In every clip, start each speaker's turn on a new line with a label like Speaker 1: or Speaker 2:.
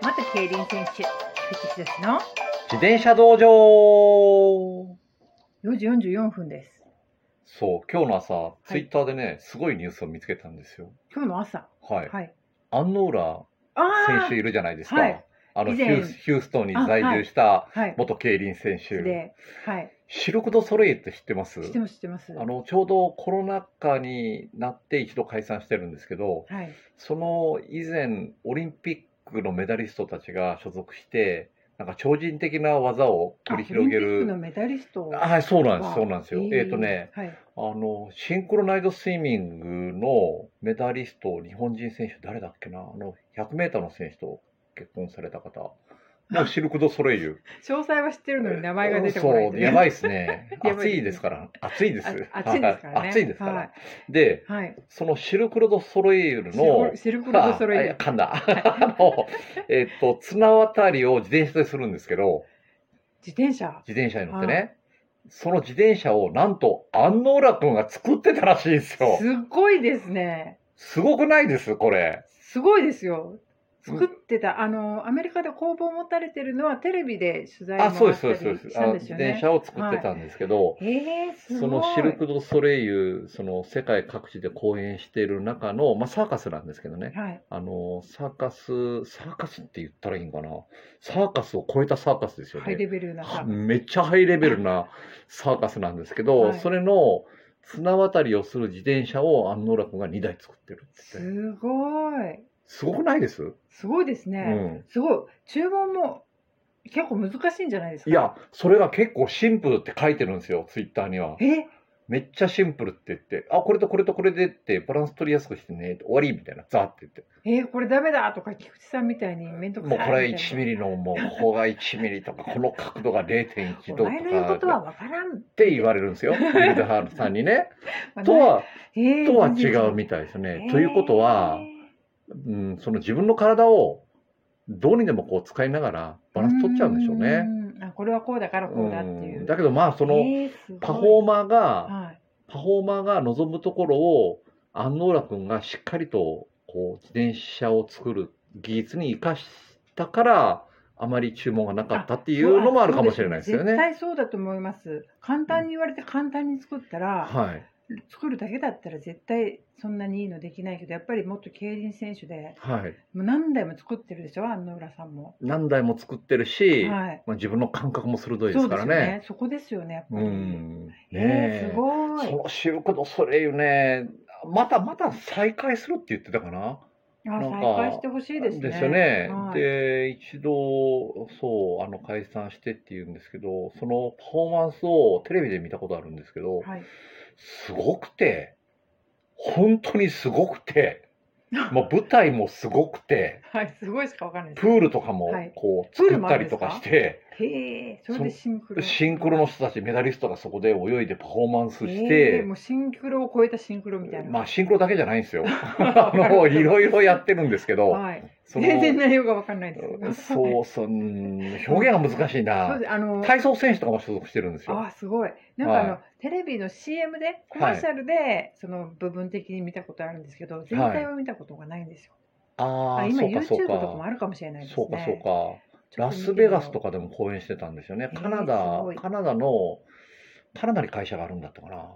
Speaker 1: また競輪選手、関志ですの
Speaker 2: 自転車道場
Speaker 1: 4時44分です。
Speaker 2: そう、今日の朝、
Speaker 1: い
Speaker 2: ツイッターでね、すごいニュースを見つけたんですよ。
Speaker 1: 今日の朝。
Speaker 2: はい。
Speaker 1: はい。
Speaker 2: アンノーラ
Speaker 1: あ
Speaker 2: 選手いるじゃないですか。
Speaker 1: はい
Speaker 2: あの
Speaker 1: 以
Speaker 2: ヒ
Speaker 1: 前
Speaker 2: ュース、ヒューストンに在住した
Speaker 1: あはい。
Speaker 2: 元競輪選手。
Speaker 1: で、はい。
Speaker 2: シルク・ド・ソレイユって知ってます
Speaker 1: 知ってます、知ってます。
Speaker 2: あのちょうどコロナ禍になって一度解散してるんですけど、
Speaker 1: はい。
Speaker 2: その以前、オリンピックのメダリストたちが所属して、なんか超人的な技を繰り広げ
Speaker 1: あオリンピックの
Speaker 2: る。
Speaker 1: メダリスト。
Speaker 2: あはい、そうなんです、そうなんですよ。えっ、とね、
Speaker 1: はい。
Speaker 2: あの、シンクロナイズスイミングのメダリスト、日本人選手、誰だっけな、あの、100メーターの選手と結婚された 方、もうシルク・ド・ソレイユ。
Speaker 1: 詳細は知ってるのに名前が出てこない、
Speaker 2: そう、やば
Speaker 1: い。。
Speaker 2: いですね
Speaker 1: やば
Speaker 2: 暑
Speaker 1: いですね
Speaker 2: いですから、暑いです。
Speaker 1: あ暑いですからね。
Speaker 2: 暑いですから。
Speaker 1: はい。
Speaker 2: で、
Speaker 1: はい、
Speaker 2: そのシルク・ド・ソレイユ
Speaker 1: シルク
Speaker 2: の
Speaker 1: ロ、シルクロードソレイ
Speaker 2: あ
Speaker 1: ユ。
Speaker 2: 噛 んだ。あの、えっと、綱渡りを自転車でするんですけど、
Speaker 1: 自転車。
Speaker 2: 自転車に乗ってね、その自転車をなんと、安納楽君が作ってたらしいんですよ。
Speaker 1: すごいですね。
Speaker 2: すごくないですこれ。
Speaker 1: すごいですよ。作ってた、あの、アメリカで工房を持たれてるのはテレビで取材を
Speaker 2: あ、そうです、
Speaker 1: した
Speaker 2: そう
Speaker 1: り
Speaker 2: です、そうで
Speaker 1: し
Speaker 2: す。
Speaker 1: た
Speaker 2: あ
Speaker 1: ん
Speaker 2: の
Speaker 1: です
Speaker 2: 自
Speaker 1: よ
Speaker 2: 転
Speaker 1: ね。
Speaker 2: 車を作ってたんですけど、
Speaker 1: えー、すごい。
Speaker 2: そのシルク・ドゥ・ソレイユ、その世界各地で公演している中の、まあ、サーカスなんですけどね、
Speaker 1: はい。
Speaker 2: あの、サーカス、サーカスって言ったらいいんかな、サーカスを超えたサーカスですよ
Speaker 1: ハ
Speaker 2: ね
Speaker 1: イ。レベルなさ。
Speaker 2: めっちゃハイレベルなサーカスなんですけど、
Speaker 1: はい
Speaker 2: それの綱渡りをする自転車を安納楽が2台作ってるって言って、
Speaker 1: すごい。
Speaker 2: すごくないです、
Speaker 1: すごいです
Speaker 2: う
Speaker 1: ね。
Speaker 2: ん、
Speaker 1: すごい。注文も結構難しいんじゃないですか。
Speaker 2: いや、それが結構シンプルって書いてるんですよ、ツイッターには。
Speaker 1: え、
Speaker 2: めっちゃシンプルって言って、あ、これとこれとこれでって、バランス取りやすくしてね、終わりみたいな、ザーって言って。
Speaker 1: えーこれダメだとか菊池さんみたいに面倒く
Speaker 2: も
Speaker 1: さ
Speaker 2: う
Speaker 1: い
Speaker 2: これ
Speaker 1: みた
Speaker 2: 1
Speaker 1: い
Speaker 2: ミリの、もうここが1ミリとか、この角度が0.1
Speaker 1: な
Speaker 2: 度
Speaker 1: お前の言うことと
Speaker 2: か
Speaker 1: は
Speaker 2: っ
Speaker 1: わからん。
Speaker 2: て言われるんですよ、ビルドハールさんに ね。と
Speaker 1: は、
Speaker 2: は、
Speaker 1: えー
Speaker 2: とは違うみたいですね。ということは、うん、その自分の体をどうにでもこう使いながらバランス取っちゃうんでしょうね。。
Speaker 1: えーんあ、これはこうだからこうだっていうう。
Speaker 2: んだけどまあ、その
Speaker 1: えーすごい
Speaker 2: パフォーマーが、
Speaker 1: はい。
Speaker 2: パフォーマーが望むところを安納楽君がしっかりとこう自転車を作る技術に生かしたからあまり注文がなかったっていうのもあるかもしれないですよ
Speaker 1: 絶
Speaker 2: ね。
Speaker 1: 対そうだと思います。簡単に言われて簡単に作ったら、
Speaker 2: はい、
Speaker 1: 作るだけだったら絶対そんなにいいのできないけどやっぱりもっと競輪選手で
Speaker 2: はい、
Speaker 1: もう何台も作ってるでしょ安野浦さんも。
Speaker 2: 何台も作ってるし、
Speaker 1: はい、
Speaker 2: まあ、自分の感覚も鋭いで
Speaker 1: そ
Speaker 2: す
Speaker 1: うで
Speaker 2: から
Speaker 1: すよ
Speaker 2: ね。
Speaker 1: ねそこですよねやっぱ
Speaker 2: う
Speaker 1: り。
Speaker 2: んね
Speaker 1: えー
Speaker 2: え
Speaker 1: すご
Speaker 2: そ
Speaker 1: い。
Speaker 2: のシルク・ド・ソレイユねまたまた再開するって言ってたかな。
Speaker 1: あ
Speaker 2: なん
Speaker 1: 再
Speaker 2: か
Speaker 1: 開してほしいですね。
Speaker 2: よね。
Speaker 1: はい
Speaker 2: で一度そうあの解散してっていうんですけどそのパフォーマンスをテレビで見たことあるんですけど、
Speaker 1: はい、
Speaker 2: すごくて本当にすごく て、まあ、舞台もすごくて
Speaker 1: はい、すごいしかわかんないです
Speaker 2: プ。ールとかも
Speaker 1: はい
Speaker 2: こう
Speaker 1: プー
Speaker 2: 作
Speaker 1: ル
Speaker 2: っ
Speaker 1: もあ
Speaker 2: た
Speaker 1: るん
Speaker 2: り
Speaker 1: です
Speaker 2: と
Speaker 1: か
Speaker 2: かして、
Speaker 1: へえ、それでシンクロ。
Speaker 2: シンクロの人たちメダリストがそこで泳いでパフォーマンスし
Speaker 1: へえ
Speaker 2: て
Speaker 1: も。うシンクロを超えたシンクロみたいな。
Speaker 2: まあ、シンクロだけじゃないんで すよ。あの、いろいろやってるんですけど、
Speaker 1: はい、
Speaker 2: その
Speaker 1: 全然内容がわかんないです。
Speaker 2: そうそう、うん表現が難しい
Speaker 1: そう
Speaker 2: な。
Speaker 1: ですあの
Speaker 2: 体操選手とかも所属してるんですよ。
Speaker 1: あーすごいなんかあの、
Speaker 2: はい
Speaker 1: テレビの CM でコマーシャルで、その部分的に見たことあるんですけど全体を見たことがないんですよ、あ
Speaker 2: ああ、
Speaker 1: 今
Speaker 2: そうか
Speaker 1: YouTube と
Speaker 2: そうか。
Speaker 1: かもあるかもしれないですね
Speaker 2: そうかそうか。
Speaker 1: ちょっと見てみよ
Speaker 2: ラ
Speaker 1: う
Speaker 2: スベガスとかでも公演してたんですよね。
Speaker 1: えー
Speaker 2: カナ
Speaker 1: すごい
Speaker 2: ダ、カナダの、カナダに会社があるんだったかな。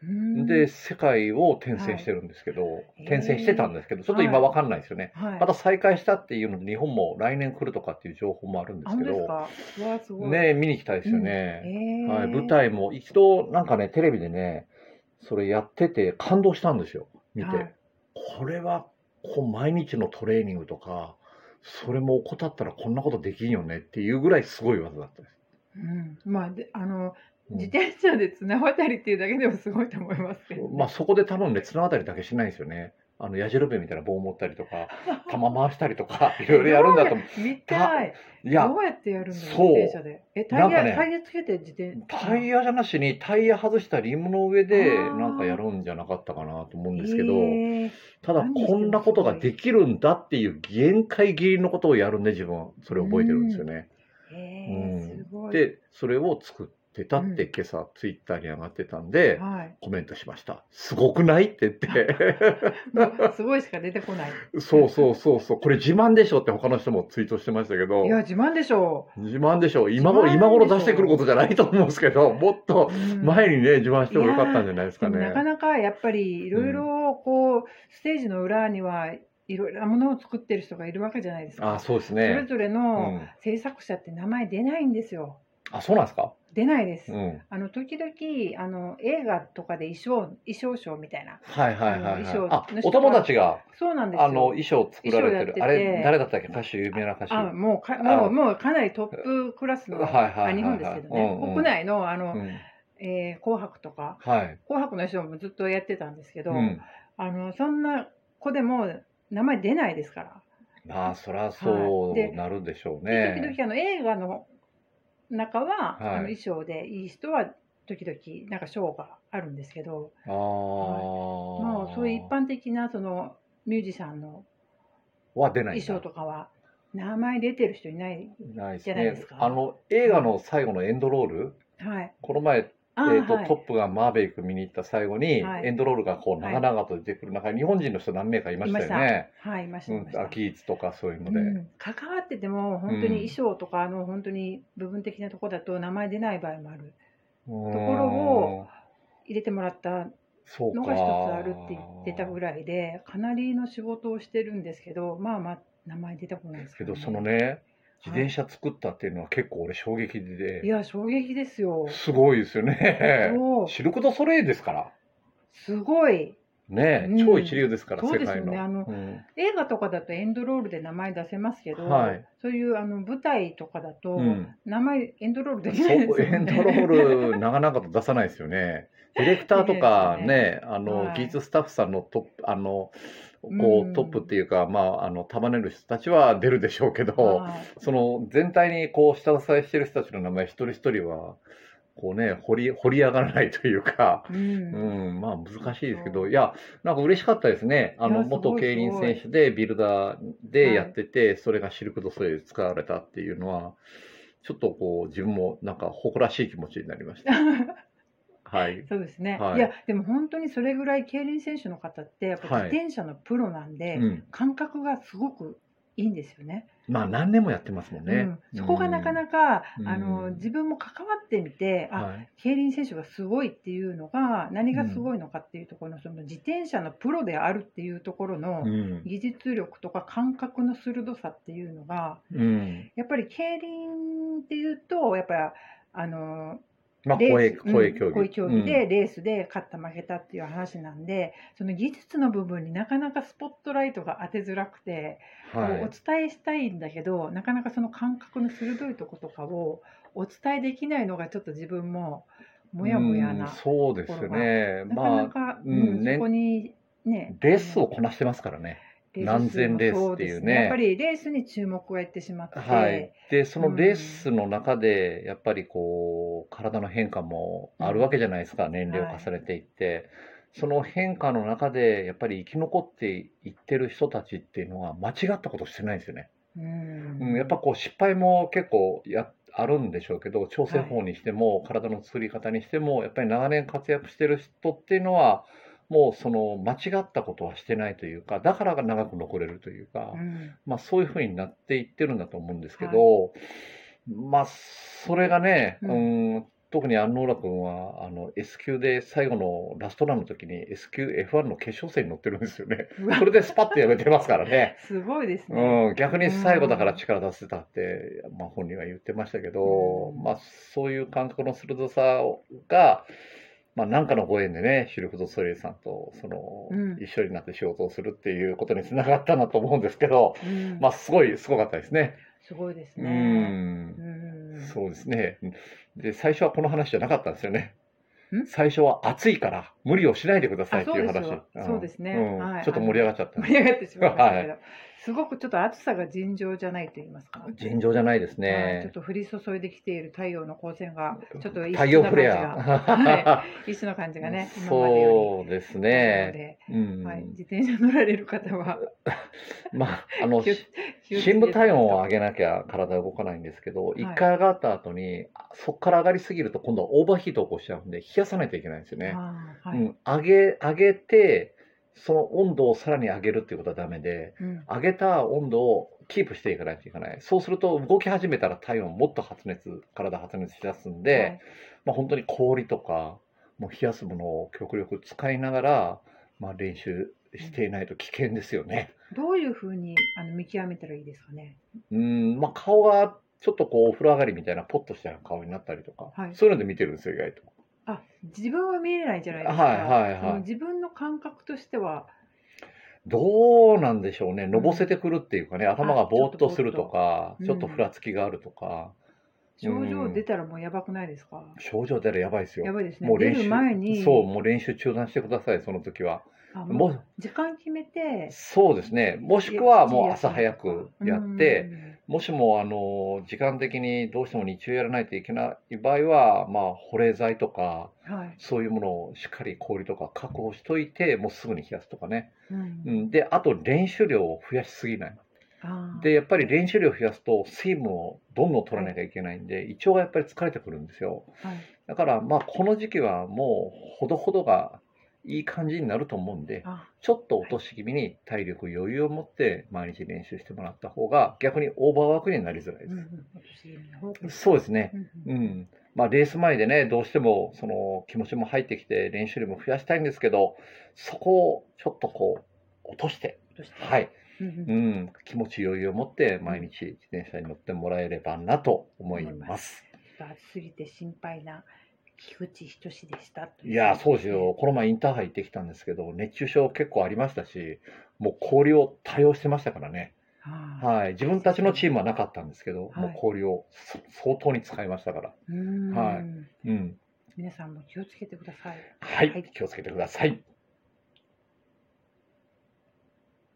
Speaker 1: うーん
Speaker 2: で、世界を転戦してるんですけど、
Speaker 1: い
Speaker 2: 転戦してたんですけど、ちょっと今わかんないですよね。
Speaker 1: はい、
Speaker 2: また再開したっていうので、日本も来年来るとかっていう情報もあるんで
Speaker 1: あ
Speaker 2: すけ
Speaker 1: 本当
Speaker 2: ど
Speaker 1: です、かわーすごい
Speaker 2: ねえ、見に行きたいですよ
Speaker 1: えー
Speaker 2: ね。はい、舞台も一度なんかねテレビでねそれやってて感動したんですよ見て、
Speaker 1: はい
Speaker 2: これはこう毎日のトレーニングとかそれも怠ったらこんなことできんよねっていうぐらいすごい技だったです、
Speaker 1: うん、まあであの
Speaker 2: うん
Speaker 1: 自転車で綱渡りっていうだけでもすごいと思いますけど、
Speaker 2: まあ、そこで多分ね綱渡りだけしないんですよねあの矢印みたいな棒持ったりと か玉回したりとかいろいろやるんだと思
Speaker 1: う見たい。
Speaker 2: ういや
Speaker 1: どうやってやるんだろ
Speaker 2: そう
Speaker 1: う、自転車で。え、タイ
Speaker 2: な
Speaker 1: ヤ、
Speaker 2: んかね
Speaker 1: タイヤつけて自転
Speaker 2: タイヤじゃなしにタイヤ外したリムの上で
Speaker 1: あー
Speaker 2: なんかやるんじゃなかったかなと思うんですけど、
Speaker 1: えー
Speaker 2: ただこんなことができるんだっていう限界ギリのことをやるんで自分はそれを覚えてるんですよね。
Speaker 1: え
Speaker 2: う
Speaker 1: ー
Speaker 2: ん
Speaker 1: すごい。
Speaker 2: でそれを作っってたって、
Speaker 1: うん
Speaker 2: 今朝ツイッターに上がってたんで、
Speaker 1: はい。
Speaker 2: コメントしました。すごくないって 言って。
Speaker 1: もうすごいしか出てこ ない。
Speaker 2: そうそうそうそう。これ自慢でしょって他の人もツイートしてましたけど
Speaker 1: い、や、自慢でしょ
Speaker 2: 自慢でしょ今頃、
Speaker 1: 自慢でしょ
Speaker 2: 今頃出してくることじゃないと思うんですけど、もっと
Speaker 1: う。うん
Speaker 2: 前にね、自慢してもよかったんじゃないですか
Speaker 1: でも
Speaker 2: ね
Speaker 1: な。かなかやっぱりいろいろこう、ステージの裏にはいろいろなものを作ってる人がいるわけじゃないですか。
Speaker 2: あ、そうです
Speaker 1: それ
Speaker 2: ね。
Speaker 1: ぞれ
Speaker 2: う
Speaker 1: の
Speaker 2: ん。
Speaker 1: 制作者って名前出ないんですよ。
Speaker 2: あ、そうなんですか
Speaker 1: 出ないです。
Speaker 2: うん。
Speaker 1: あの時々あの映画とかで衣装衣装ショーみたいな。
Speaker 2: はいはいはい、
Speaker 1: あ
Speaker 2: はい
Speaker 1: の衣装
Speaker 2: あ、お友達が、
Speaker 1: そうなんですよ。
Speaker 2: あの、衣装作られてる。
Speaker 1: 衣装や
Speaker 2: あ
Speaker 1: ってて
Speaker 2: れ、誰だったっけ歌手、有名な歌手。
Speaker 1: あ
Speaker 2: う
Speaker 1: もうか
Speaker 2: あ
Speaker 1: もうもうかなりトップクラスの、
Speaker 2: はいはいはいはい
Speaker 1: あ日本ですけどね、
Speaker 2: うんうん
Speaker 1: 国内のあの、
Speaker 2: ん。
Speaker 1: えー紅白とか
Speaker 2: はい。
Speaker 1: 紅白の衣装もずっとやってたんですけ
Speaker 2: う
Speaker 1: ど、
Speaker 2: ん。
Speaker 1: あのそんな子でも名前出ないですから。
Speaker 2: まあ、そりゃそ
Speaker 1: はいうで
Speaker 2: なるでしょう
Speaker 1: 時
Speaker 2: ね。
Speaker 1: 々あの映画の中は、
Speaker 2: は
Speaker 1: あ
Speaker 2: い
Speaker 1: の衣装でいい人は時々なんか賞があるんですけど
Speaker 2: ああ。
Speaker 1: も
Speaker 2: も
Speaker 1: うそういう一般的なそのミュージシャンの
Speaker 2: は出ないん
Speaker 1: 衣装
Speaker 2: だ
Speaker 1: とかは名前出てる人いない、
Speaker 2: ないです
Speaker 1: じゃないで
Speaker 2: ね
Speaker 1: す。か
Speaker 2: あの、映画の最後のエンドロール、
Speaker 1: はい、
Speaker 2: この前、
Speaker 1: あ
Speaker 2: えーと
Speaker 1: はい
Speaker 2: トップがマーベイク見に行った最後に、
Speaker 1: はい
Speaker 2: エンドロールがこう長々と出てくる中に、日本人の人何名かいましたよね。
Speaker 1: はいいました
Speaker 2: う
Speaker 1: いました
Speaker 2: ん、アキーツとかそういうの
Speaker 1: う
Speaker 2: で。
Speaker 1: ん関わってても本当に衣装とかの本当に部分的なとこだと名前出ない場合もある
Speaker 2: と
Speaker 1: ところを、入れてもらった
Speaker 2: そうか
Speaker 1: のが一つあるって言ってたぐらいでかなりの仕事をしてるんですけどまあまあ名前出てこないです
Speaker 2: け
Speaker 1: らね
Speaker 2: ど、そのね、自転車作ったっていうのは結構俺衝撃
Speaker 1: い
Speaker 2: で、
Speaker 1: や衝撃ですよ
Speaker 2: すごいですよね。
Speaker 1: そう
Speaker 2: シルク・ドゥ・ソレイユですから。
Speaker 1: すごい
Speaker 2: ね、
Speaker 1: うん
Speaker 2: 超一流ですから、
Speaker 1: そう
Speaker 2: 世
Speaker 1: です
Speaker 2: 界
Speaker 1: よ
Speaker 2: の。
Speaker 1: ねあの
Speaker 2: うん
Speaker 1: 映画とかだとエンドロールで名前出せますけど、
Speaker 2: はい
Speaker 1: そういうあの舞台とかだと、
Speaker 2: うん
Speaker 1: 名前エンドロールでき
Speaker 2: そう
Speaker 1: ないですよね
Speaker 2: エンドロール、なかなかと出さないですよね。ディレクターとか
Speaker 1: 出ない
Speaker 2: ね、あの、
Speaker 1: はい
Speaker 2: 技術スタッフさんのトップ、あの、
Speaker 1: う
Speaker 2: こう、
Speaker 1: ん
Speaker 2: トップっていうか、まあ、あの、束ねる人たちは出るでしょうけど、
Speaker 1: はい
Speaker 2: その、全体にこう、下支えしてる人たちの名前一人一人は、こうね、掘り、掘り上がらないというか、
Speaker 1: うん
Speaker 2: うん、まあ難しいですけ
Speaker 1: そ
Speaker 2: ど、いや、なんか嬉しかったですね。あ
Speaker 1: い
Speaker 2: の、
Speaker 1: やすごい
Speaker 2: 元競輪選手でビルダーでやってて、それがシルク・ドゥ・ソレイユで使われたっていうのは、ちょっとこう、自分もなんか誇らしい気持ちになり ました。はい。
Speaker 1: そうですね、
Speaker 2: はい
Speaker 1: い、やでも本当にそれぐらい競輪選手の方ってやっぱ
Speaker 2: はい
Speaker 1: 自転車のプロなんで、
Speaker 2: うん。
Speaker 1: 感覚がすごくいいんですよね
Speaker 2: まあ何年もやってますもんね。
Speaker 1: うん、そこがなかなか、
Speaker 2: うん
Speaker 1: あ
Speaker 2: う
Speaker 1: の
Speaker 2: ん
Speaker 1: 自分も関わってみて、あ
Speaker 2: はい。
Speaker 1: 競輪選手がすごいっていうのが何がすごいのかっていうところの,、その自転車のプロであるっていうところの
Speaker 2: うん。
Speaker 1: 技術力とか感覚の鋭さっていうのが
Speaker 2: うん。
Speaker 1: やっぱり競輪っていうとやっぱりあの
Speaker 2: まあ、
Speaker 1: レ
Speaker 2: 声、
Speaker 1: ース
Speaker 2: 声競
Speaker 1: う
Speaker 2: 技。
Speaker 1: ん声競技でレースで勝った負けたっていう話なんで、その技術の部分になかなかスポットライトが当てづらくて。
Speaker 2: うん、は
Speaker 1: こう
Speaker 2: い。
Speaker 1: お伝えしたいんだけどなかなかその感覚の鋭いとことかをお伝えできないのがちょっと自分ももやもやな、
Speaker 2: うんそうですよね。
Speaker 1: なか
Speaker 2: ま
Speaker 1: な
Speaker 2: あ、
Speaker 1: か、
Speaker 2: うん
Speaker 1: うん
Speaker 2: ね
Speaker 1: そこにね
Speaker 2: レースをこなしてますからね。
Speaker 1: レース
Speaker 2: 何千レースっていうね
Speaker 1: そうですやっぱりレースに注目がいってしまって、
Speaker 2: はい、でその
Speaker 1: うん
Speaker 2: レースの中でやっぱりこう体の変化もあるわけじゃないですか、年齢を重ねていって、その変化の中でやっぱり生き残っていってる人たちっていうのは間違ったことしてないんですよね、
Speaker 1: うん
Speaker 2: うん、やっぱこう失敗も結構やあるんでしょうけど調整法にしても、体の作り方にしてもやっぱり長年活躍してる人っていうのはもうその間違ったことはしてないというかだから長く残れるというか。
Speaker 1: うん
Speaker 2: まあ、そういうふうになっていってるんだと思うんですけど、まあそれがね、う
Speaker 1: うん
Speaker 2: 特に安納楽君はあの S 級で最後のラストランの時に S 級 F1 の決勝戦に乗ってるんですよ ね。
Speaker 1: うわ
Speaker 2: それでスパッとやめてますからね。
Speaker 1: すごいですね、
Speaker 2: うん、逆に最後だから力出せたって、まあ、本人は言ってましたけど、
Speaker 1: うん
Speaker 2: まあ、そういう感覚の鋭さが、まあ、なんかのご縁でね、シルク・ドゥ・ソレイユさんとその、
Speaker 1: うん
Speaker 2: 一緒になって仕事をするっていうことにつながったなと思うんですけど、
Speaker 1: うん
Speaker 2: まあ、すごい、すごかったですね。
Speaker 1: すごいです
Speaker 2: う
Speaker 1: ね、
Speaker 2: ん。
Speaker 1: うん
Speaker 2: そうですね。で、最初はこの話じゃなかったんですよね
Speaker 1: ん。
Speaker 2: 最初は暑いから無理をしないでください
Speaker 1: あ
Speaker 2: って
Speaker 1: そう
Speaker 2: いう
Speaker 1: です
Speaker 2: 話
Speaker 1: よ。
Speaker 2: ん
Speaker 1: そうですね
Speaker 2: うん
Speaker 1: はい
Speaker 2: ちょっと盛り上がっちゃったね。
Speaker 1: 盛り上がってしまいましたけど、すごくちょっと暑さが尋常じゃないと言いますか。
Speaker 2: 尋常じゃないです
Speaker 1: はいちょっ
Speaker 2: ね。
Speaker 1: と降り注いできている太陽の光線が、ちょっと一
Speaker 2: 太
Speaker 1: 種
Speaker 2: 陽
Speaker 1: な
Speaker 2: フ
Speaker 1: 感じ
Speaker 2: レ
Speaker 1: が、
Speaker 2: ア。
Speaker 1: 一種の感じがね、今までよ
Speaker 2: そうで
Speaker 1: り
Speaker 2: す
Speaker 1: あるの
Speaker 2: ね。
Speaker 1: で、
Speaker 2: うん
Speaker 1: はい、自転車乗られる方は
Speaker 2: まあ、あの、
Speaker 1: 気を
Speaker 2: し深部体温を上げなきゃ体動かないんですけど、一回上がった後に、そこから上がりすぎると今度はオーバーヒートを起こしちゃうんで、冷やさないといけないんですよね。
Speaker 1: あー
Speaker 2: う
Speaker 1: はい
Speaker 2: ん、上げ、上げて、その温度をさらに上げるっていうことはダメで、
Speaker 1: うん
Speaker 2: 上げた温度をキープしていかないといけない。そうすると動き始めたら体温もっと発熱、体発熱しだすんで、
Speaker 1: はい
Speaker 2: まあ本当に氷とか、もう冷やすものを極力使いながら、まあ練習していないと危険ですよね。
Speaker 1: どういうふうにあの見極めたらいいですかね。
Speaker 2: うん、まあ顔がちょっとこうお風呂上がりみたいなポッとした顔になったりとか、
Speaker 1: はい
Speaker 2: そういうので見てるんですよ、意外と。
Speaker 1: あ、自分は見えないじゃないですか。
Speaker 2: はいはいはい
Speaker 1: その自分の感覚としては、
Speaker 2: どうなんでしょうね、のぼせてくるっていうかね、頭がぼーっとするとか、
Speaker 1: あ
Speaker 2: ち
Speaker 1: ちょ
Speaker 2: ょ
Speaker 1: っとぼーっ
Speaker 2: っ
Speaker 1: と
Speaker 2: とふらつきがあるとか、
Speaker 1: 症状出たらもうやばくないですか。
Speaker 2: 症状出たらやばいですよ。
Speaker 1: やばいですね
Speaker 2: も。う
Speaker 1: 出
Speaker 2: 練習
Speaker 1: る前に、
Speaker 2: そう、もう練習中断してください、その時は。
Speaker 1: あも
Speaker 2: も
Speaker 1: う時間決めて
Speaker 2: う、そうですね、もしくはもう朝早くやって、
Speaker 1: うん
Speaker 2: もしもあの時間的にどうしても日中やらないといけない場合は、まあ、保冷剤とか、
Speaker 1: はい、
Speaker 2: そういうものをしっかり氷とか確保しといて、もうすぐに冷やすとかね。
Speaker 1: う
Speaker 2: うんん、で、あと練習量を増やしすぎない。
Speaker 1: あー
Speaker 2: で、やっぱり練習量を増やすと、水分をどんどん取らなきゃいけないんで、胃腸がやっぱり疲れてくるんですよ。
Speaker 1: はい
Speaker 2: だから、まあ、この時期はもう、ほどほどがいい感じになると思うんで、
Speaker 1: あ
Speaker 2: ちょっと落とし気味に体力余裕を持って毎日練習してもらった方が、逆にオーバーワークになりづらい
Speaker 1: うんう
Speaker 2: で
Speaker 1: ん私の方です
Speaker 2: す。そうですね。
Speaker 1: うんうん
Speaker 2: うん。まあ、レース前でね、どうしても、その、気持ちも入ってきて、練習量も増やしたいんですけど、そこをちょっとこう、落として、
Speaker 1: 落として
Speaker 2: はい、
Speaker 1: うんうん
Speaker 2: うん、気持ち余裕を持って、毎日自転車に乗ってもらえればなと思います。
Speaker 1: ちょっと暑すぎて心配な菊池仁でした。
Speaker 2: いやー、そうですよ。。この前インターハイ行ってきたんですけど、熱中症結構ありましたし、もう氷を多用してましたからね。
Speaker 1: は
Speaker 2: はい。自分たちのチームはなかったんですけど、
Speaker 1: はい
Speaker 2: もう氷をそ相当に使いましたから。
Speaker 1: い。うーん
Speaker 2: はうん。
Speaker 1: 皆さんも気をつけてください。
Speaker 2: はい。
Speaker 1: はい
Speaker 2: 気をつけてください。